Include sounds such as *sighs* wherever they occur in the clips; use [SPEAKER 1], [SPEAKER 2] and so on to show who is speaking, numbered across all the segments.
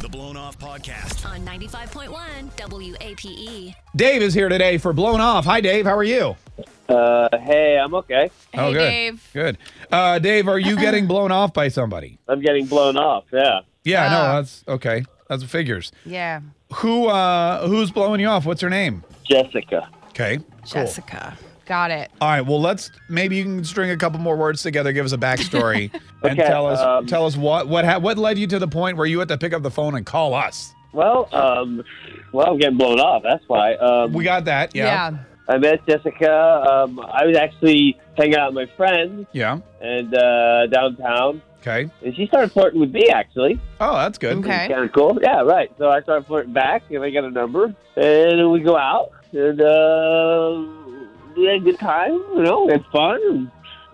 [SPEAKER 1] the Blown Off Podcast.
[SPEAKER 2] on 95.1 WAPE.
[SPEAKER 3] Dave is here today for Blown Off. Hi, Dave. How are you?
[SPEAKER 4] Uh, hey, I'm okay.
[SPEAKER 3] oh,
[SPEAKER 5] Hey,
[SPEAKER 3] good.
[SPEAKER 5] Dave.
[SPEAKER 3] Good. Uh, Dave, are you getting
[SPEAKER 5] *laughs*
[SPEAKER 3] blown off by somebody?
[SPEAKER 4] I'm getting blown off. Yeah.
[SPEAKER 3] Yeah, no,
[SPEAKER 5] Ah.
[SPEAKER 3] that's okay. That's what figures.
[SPEAKER 5] Yeah,
[SPEAKER 3] Who uh, who's blowing you off? What's her name?
[SPEAKER 4] Jessica.
[SPEAKER 3] Okay.
[SPEAKER 5] Jessica. Got it.
[SPEAKER 3] All right. Well, let's maybe you can string a couple more words together. Give us a
[SPEAKER 5] *laughs*
[SPEAKER 3] backstory and
[SPEAKER 4] Okay,
[SPEAKER 3] tell us
[SPEAKER 4] um,
[SPEAKER 3] tell us what what ha- what led you to the point where you had to pick up the phone and call us.
[SPEAKER 4] Well, um, well, I'm getting blown off. That's why. Um,
[SPEAKER 3] We got that. Yeah.
[SPEAKER 4] I met Jessica. Um, I was actually hanging out with my friends
[SPEAKER 3] Yeah.
[SPEAKER 4] and uh, downtown,
[SPEAKER 3] Okay.
[SPEAKER 4] and she started flirting with me actually.
[SPEAKER 3] Oh, that's good.
[SPEAKER 5] Okay.
[SPEAKER 4] Kind of cool. Yeah, right. So I started flirting back, and I got a number, and we go out, and uh, we had a good time. You know, we had fun.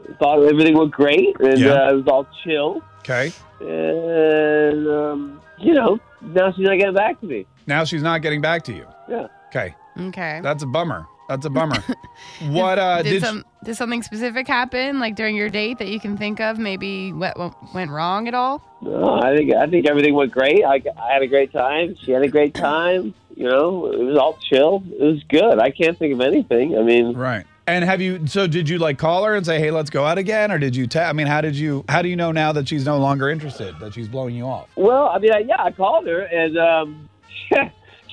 [SPEAKER 4] And thought everything went great, and
[SPEAKER 3] Yeah.
[SPEAKER 4] uh, it was all chill.
[SPEAKER 3] Okay.
[SPEAKER 4] And, um, you know, now she's not getting back to me.
[SPEAKER 3] Now she's not getting back to you.
[SPEAKER 4] Yeah.
[SPEAKER 3] Okay.
[SPEAKER 5] Okay.
[SPEAKER 3] That's a bummer. That's a bummer.
[SPEAKER 5] *laughs*
[SPEAKER 3] what uh,
[SPEAKER 5] did,
[SPEAKER 3] did
[SPEAKER 5] some, did something specific happen, like during your date, that you can think of? Maybe what what went wrong at all?
[SPEAKER 4] No, I think I think everything went great. I, I had a great time. She had a great time. You know, it was all chill. It was good. I can't think of anything. I mean,
[SPEAKER 3] Right. And have you? So did you like call her and say, "Hey, let's go out again," or did you? Ta- I mean, how did you? How do you know now that she's no longer interested? That she's blowing you
[SPEAKER 4] *laughs*
[SPEAKER 3] off?
[SPEAKER 4] well, I mean, I, yeah, I called her and um, *laughs*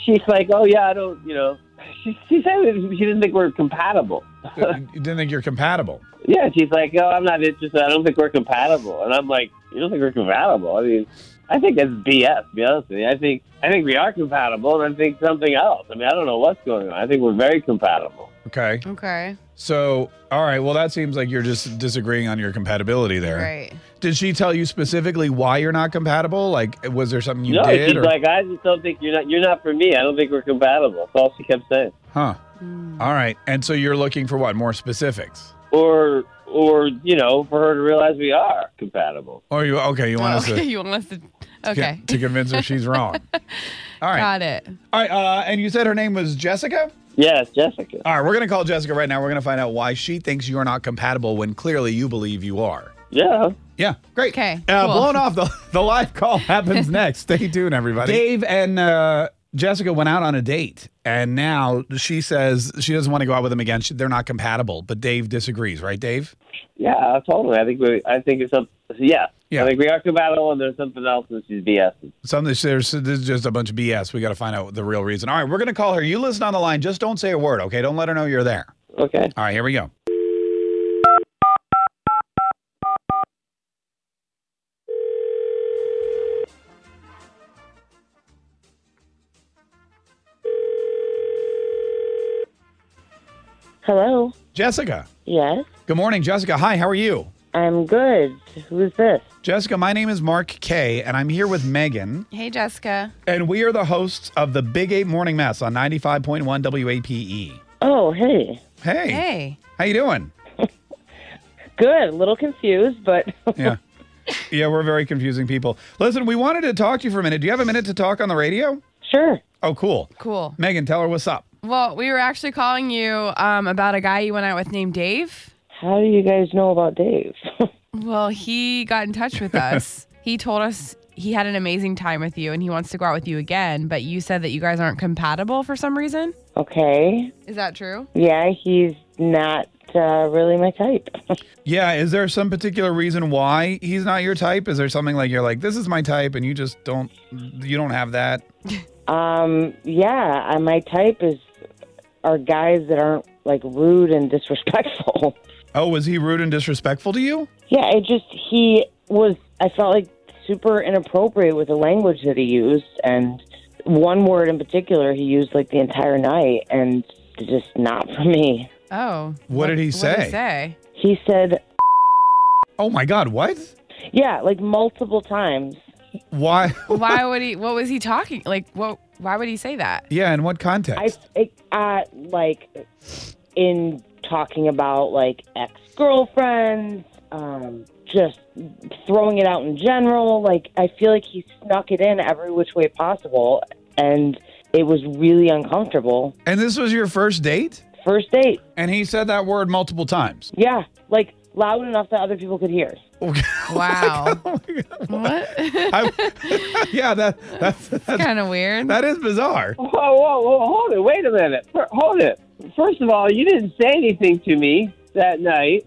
[SPEAKER 4] she's like, "Oh yeah, I don't," you know. *laughs* She, she said that she didn't think we're compatible.
[SPEAKER 3] you didn't think you're compatible.
[SPEAKER 4] Yeah, she's like, "Oh, I'm not interested. I don't think we're compatible." And I'm like, "You don't think we're compatible?" I mean, I think that's BS. To be honest with you, I think I think we are compatible, and I think something else. I mean, I don't know what's going on. I think we're very compatible.
[SPEAKER 3] Okay.
[SPEAKER 5] Okay.
[SPEAKER 3] So all right. Well, that seems like you're just disagreeing on your compatibility there.
[SPEAKER 5] Right.
[SPEAKER 3] Did she tell you specifically why you're not compatible? Like, was there something you
[SPEAKER 4] no,
[SPEAKER 3] did?
[SPEAKER 4] she's like, "I just don't think you're not you're not for me. I don't think we're compatible." That's all she kept saying.
[SPEAKER 3] huh?
[SPEAKER 5] Hmm.
[SPEAKER 3] All right. And so you're looking for what? More specifics?
[SPEAKER 4] Or or you know, for her to realize we are compatible.
[SPEAKER 3] Or you? Okay. You want us
[SPEAKER 5] *laughs* okay.
[SPEAKER 3] to,
[SPEAKER 5] You want us to?
[SPEAKER 3] to-
[SPEAKER 5] Oh, *laughs* Okay.
[SPEAKER 3] to convince her she's
[SPEAKER 5] *laughs*
[SPEAKER 3] wrong? All right.
[SPEAKER 5] Got it.
[SPEAKER 3] All right. Uh, and you said her name was Jessica.
[SPEAKER 4] Yes, Jessica.
[SPEAKER 3] All right, we're going to call Jessica right now. We're going to find out why she thinks you're not compatible when clearly you believe you are.
[SPEAKER 4] Yeah.
[SPEAKER 3] Yeah, great.
[SPEAKER 5] Okay,
[SPEAKER 3] Uh,
[SPEAKER 5] cool.
[SPEAKER 3] Blown off, the, *laughs* the live call
[SPEAKER 5] *laughs*
[SPEAKER 3] happens next. Stay tuned, everybody. Dave and uh, Jessica went out on a date, and now she says she doesn't want to go out with him again. She, they're not compatible, but Dave disagrees, right, Dave?
[SPEAKER 4] Yeah, totally. I think we. I think it's something. Yeah.
[SPEAKER 3] Yeah.
[SPEAKER 4] I think we are compatible, and there's something else that she's BSing.
[SPEAKER 3] Some there's, there's this is just a bunch of BS. We got to find out the real reason. All right, we're going to call her. You listen on the line. Just don't say a word, okay? Don't let her know you're there.
[SPEAKER 4] Okay.
[SPEAKER 3] All right, here we go.
[SPEAKER 6] Hello.
[SPEAKER 3] Jessica.
[SPEAKER 6] Yes,
[SPEAKER 3] Good morning, Jessica. Hi, how are you?
[SPEAKER 6] I'm good. Who's this?
[SPEAKER 3] Jessica, my name is Mark Kay, and I'm here with Megan,
[SPEAKER 5] Hey, Jessica.
[SPEAKER 3] and we are the hosts of the Big Eight Morning Mess on 95.1 WAPE.
[SPEAKER 6] Oh, hey.
[SPEAKER 3] E. Hey,
[SPEAKER 5] Hey.
[SPEAKER 3] how you doing?
[SPEAKER 6] Good. A little confused, but *laughs*
[SPEAKER 3] Yeah. yeah, we're very confusing people. Listen, we wanted to talk to you for a minute. Do you have a minute to talk on the radio?
[SPEAKER 6] sure.
[SPEAKER 3] Oh, cool.
[SPEAKER 5] Cool.
[SPEAKER 3] Megan, tell her what's up.
[SPEAKER 5] Well, we were actually calling you um, about a guy you went out with named Dave.
[SPEAKER 6] How do you guys know about Dave? *laughs*
[SPEAKER 5] Well, he got in touch
[SPEAKER 3] *laughs*
[SPEAKER 5] with us. he told us he had an amazing time with you and he wants to go out with you again, but you said that you guys aren't compatible for some reason.
[SPEAKER 6] okay.
[SPEAKER 5] Is that true?
[SPEAKER 6] Yeah, he's not uh, really my type.
[SPEAKER 3] Yeah, is there some particular reason why he's not your type? Is there something like you're like, this is my type, and you just don't, you don't have that?
[SPEAKER 6] um, yeah, I- my type is are guys that aren't like rude and disrespectful. *laughs*
[SPEAKER 3] Oh, was he rude and disrespectful to you?
[SPEAKER 6] yeah, I just he was. I felt like super inappropriate with the language that he used, and one word in particular he used like the entire night, and it's just not for me.
[SPEAKER 5] Oh.
[SPEAKER 3] What did he
[SPEAKER 5] What did
[SPEAKER 3] say?
[SPEAKER 5] he say?
[SPEAKER 6] He said,
[SPEAKER 3] Oh my God, what?
[SPEAKER 6] yeah, like multiple times.
[SPEAKER 3] Why? *laughs*
[SPEAKER 5] Why would he what was he talking like what why would he say that?
[SPEAKER 3] Yeah, in what context?
[SPEAKER 6] I, it, uh, like, in talking about, like, ex girlfriends, um, just throwing it out in general. Like, I feel like he snuck it in every which way possible, and it was really uncomfortable.
[SPEAKER 3] And this was your first date?
[SPEAKER 6] First date,
[SPEAKER 3] And he said that word multiple times. *laughs*
[SPEAKER 6] yeah, like, loud enough that other people could hear.
[SPEAKER 5] Wow.
[SPEAKER 3] *laughs*
[SPEAKER 5] what? *laughs*
[SPEAKER 3] I- *laughs* yeah, that that's, that's
[SPEAKER 5] kind of weird.
[SPEAKER 3] that is bizarre.
[SPEAKER 4] Whoa, whoa, whoa! Hold it! Wait a minute! Fir- Hold it! First of all, you didn't say anything to me that night.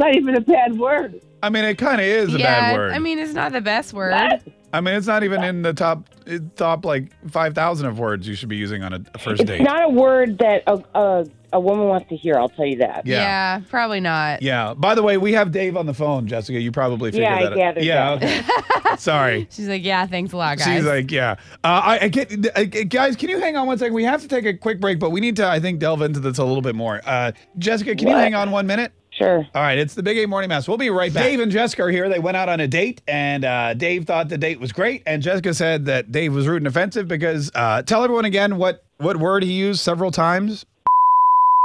[SPEAKER 4] Not even a bad word.
[SPEAKER 3] I mean, it kind of is a
[SPEAKER 5] yeah,
[SPEAKER 3] bad word.
[SPEAKER 5] I mean, it's not the best word.
[SPEAKER 4] What?
[SPEAKER 3] I mean, it's not even in the top it- top like five thousand of words you should be using on a, a first date.
[SPEAKER 6] It's not a word that a, a, a woman wants to hear, I'll tell you that.
[SPEAKER 3] Yeah.
[SPEAKER 5] probably not.
[SPEAKER 3] yeah. By the way, we have Dave on the phone, Jessica. You probably figured
[SPEAKER 6] Yeah, I
[SPEAKER 3] that out.
[SPEAKER 6] gathered
[SPEAKER 3] yeah.
[SPEAKER 6] *laughs*
[SPEAKER 3] Okay. Sorry.
[SPEAKER 5] She's like, yeah, thanks a lot, guys.
[SPEAKER 3] She's like, yeah. Uh, I, I get, I, I- guys. Can you hang on one second? We have to take a quick break, but we need to, I think, delve into this a little bit more. Uh, Jessica, can you
[SPEAKER 4] What?
[SPEAKER 3] hang on one minute?
[SPEAKER 6] Sure.
[SPEAKER 3] All right, it's the Big A Morning Mass. We'll be right back. Dave and Jessica are here. They went out on a date, and uh, Dave thought the date was great, and Jessica said that Dave was rude and offensive because. Uh, tell everyone again what what word he used several times.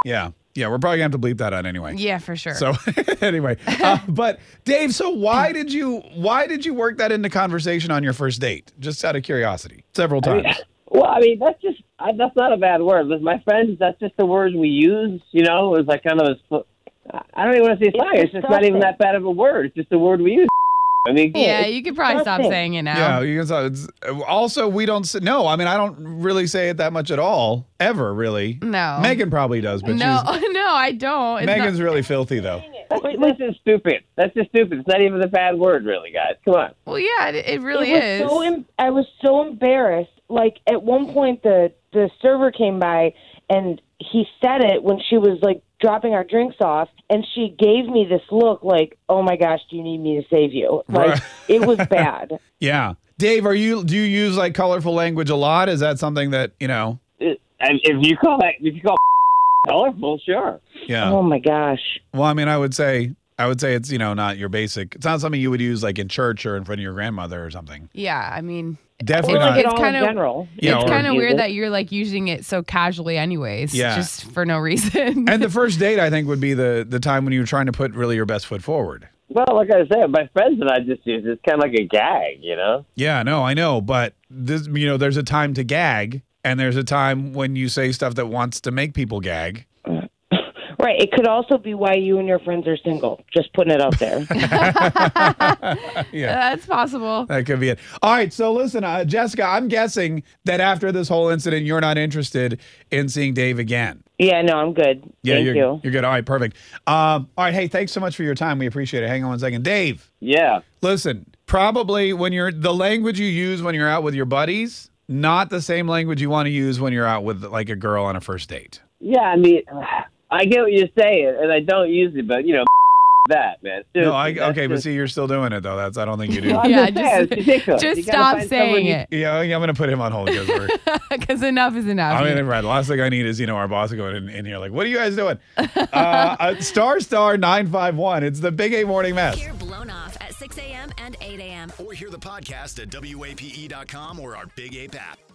[SPEAKER 3] Yeah, yeah, we're probably gonna have to bleep that out anyway.
[SPEAKER 5] yeah, for sure.
[SPEAKER 3] So *laughs* anyway, uh, but Dave, so why did you why did you work that into conversation on your first date? Just out of curiosity, several times.
[SPEAKER 4] Well, I mean, that's just I, that's not a bad word. With my friends, that's just the words we use. You know, it's like kind of a. sl- I- I don't even want to say slang. It's just not even that bad of a word. It's just the word we use. I mean,
[SPEAKER 5] yeah, you could probably stop
[SPEAKER 6] disgusting.
[SPEAKER 5] saying it
[SPEAKER 3] Yeah,
[SPEAKER 5] now.
[SPEAKER 3] you can tell. It's, also, we don't. s- No, I mean, I don't really say it that much at all, ever really.
[SPEAKER 5] No.
[SPEAKER 3] Megan probably does, but
[SPEAKER 5] no,
[SPEAKER 3] she's,
[SPEAKER 5] *laughs* no, I don't. It's not-
[SPEAKER 3] Megan's really filthy though.
[SPEAKER 4] that's, just- that's just stupid. That's just stupid. It's not even a bad word, really, guys. Come on.
[SPEAKER 5] well, yeah, it, it really
[SPEAKER 6] it
[SPEAKER 5] is.
[SPEAKER 6] was so em- I was so embarrassed. Like at one point, the the server came by and he said it when she was like dropping our drinks off, and she gave me this look like, "Oh my gosh, do you need me to save you?" Like
[SPEAKER 3] Right.
[SPEAKER 6] it
[SPEAKER 3] *laughs*
[SPEAKER 6] was bad.
[SPEAKER 3] Yeah, Dave, are you? Do you use like colorful language a lot? Is that something that you know?
[SPEAKER 4] It, and if you call that, if you call *laughs* colorful, sure.
[SPEAKER 3] Yeah.
[SPEAKER 6] Oh my gosh.
[SPEAKER 3] Well, I mean, I would say. I would say it's you know not your basic. It's not something you would use like in church or in front of your grandmother or something.
[SPEAKER 5] yeah, I mean,
[SPEAKER 3] Definitely
[SPEAKER 5] Well,
[SPEAKER 3] not.
[SPEAKER 5] like
[SPEAKER 6] Like it
[SPEAKER 5] It's
[SPEAKER 6] all
[SPEAKER 5] kinda-
[SPEAKER 6] in general.
[SPEAKER 3] Yeah,
[SPEAKER 5] it's
[SPEAKER 3] or-
[SPEAKER 5] kind of weird
[SPEAKER 6] Jesus.
[SPEAKER 5] that you're like using it so casually, anyways.
[SPEAKER 3] Yeah.
[SPEAKER 5] Just for no reason.
[SPEAKER 3] and the first date, I think, would be the the time when you were trying to put really your best foot forward.
[SPEAKER 4] Well, like I said, my friends and I just use it. it's kind of like a gag, you know.
[SPEAKER 3] Yeah, no, I know, but this, you know, there's a time to gag, and there's a time when you say stuff that wants to make people gag.
[SPEAKER 6] Right. It could also be why you and your friends are single. Just putting it out there.
[SPEAKER 3] Yeah.
[SPEAKER 5] *laughs* That's possible.
[SPEAKER 3] That could be it. All right, so listen, uh, Jessica, I'm guessing that after this whole incident, you're not interested in seeing Dave again.
[SPEAKER 6] yeah. No, I'm good.
[SPEAKER 3] Yeah,
[SPEAKER 6] Thank
[SPEAKER 3] you're,
[SPEAKER 6] you.
[SPEAKER 3] are good. All right, perfect. Um, all right, hey, thanks so much for your time. We appreciate it. Hang on one second, Dave.
[SPEAKER 4] Yeah.
[SPEAKER 3] Listen, probably when you're the language you use when you're out with your buddies, not the same language you want to use when you're out with like a girl on a first date.
[SPEAKER 4] Yeah, I mean, *sighs* I get what you're saying, and I don't use it, but you know, *laughs* that man.
[SPEAKER 3] No, I
[SPEAKER 4] Seriously, that's
[SPEAKER 3] okay, but
[SPEAKER 4] just-
[SPEAKER 3] see, you're still doing it though. That's I don't think
[SPEAKER 6] *laughs*
[SPEAKER 3] you do. *laughs*
[SPEAKER 4] Well,
[SPEAKER 3] yeah,
[SPEAKER 4] I'm
[SPEAKER 5] yeah,
[SPEAKER 4] just saying, it's ridiculous.
[SPEAKER 5] just
[SPEAKER 4] You gotta
[SPEAKER 5] stop
[SPEAKER 4] find
[SPEAKER 5] saying
[SPEAKER 4] someone you-
[SPEAKER 5] it
[SPEAKER 3] yeah, I'm gonna put him on hold because we're.
[SPEAKER 5] *laughs* because enough is enough.
[SPEAKER 3] I mean, right. The last thing I need is you know our boss going in, in here like, what are you guys doing? *laughs* Uh, uh, star star nine five one. It's the Big A Morning Mess.
[SPEAKER 2] E. Hear Blown Off at 6 a.m. and 8 a.m.
[SPEAKER 1] E Or hear the podcast at WAPE.com or our Big Ape app.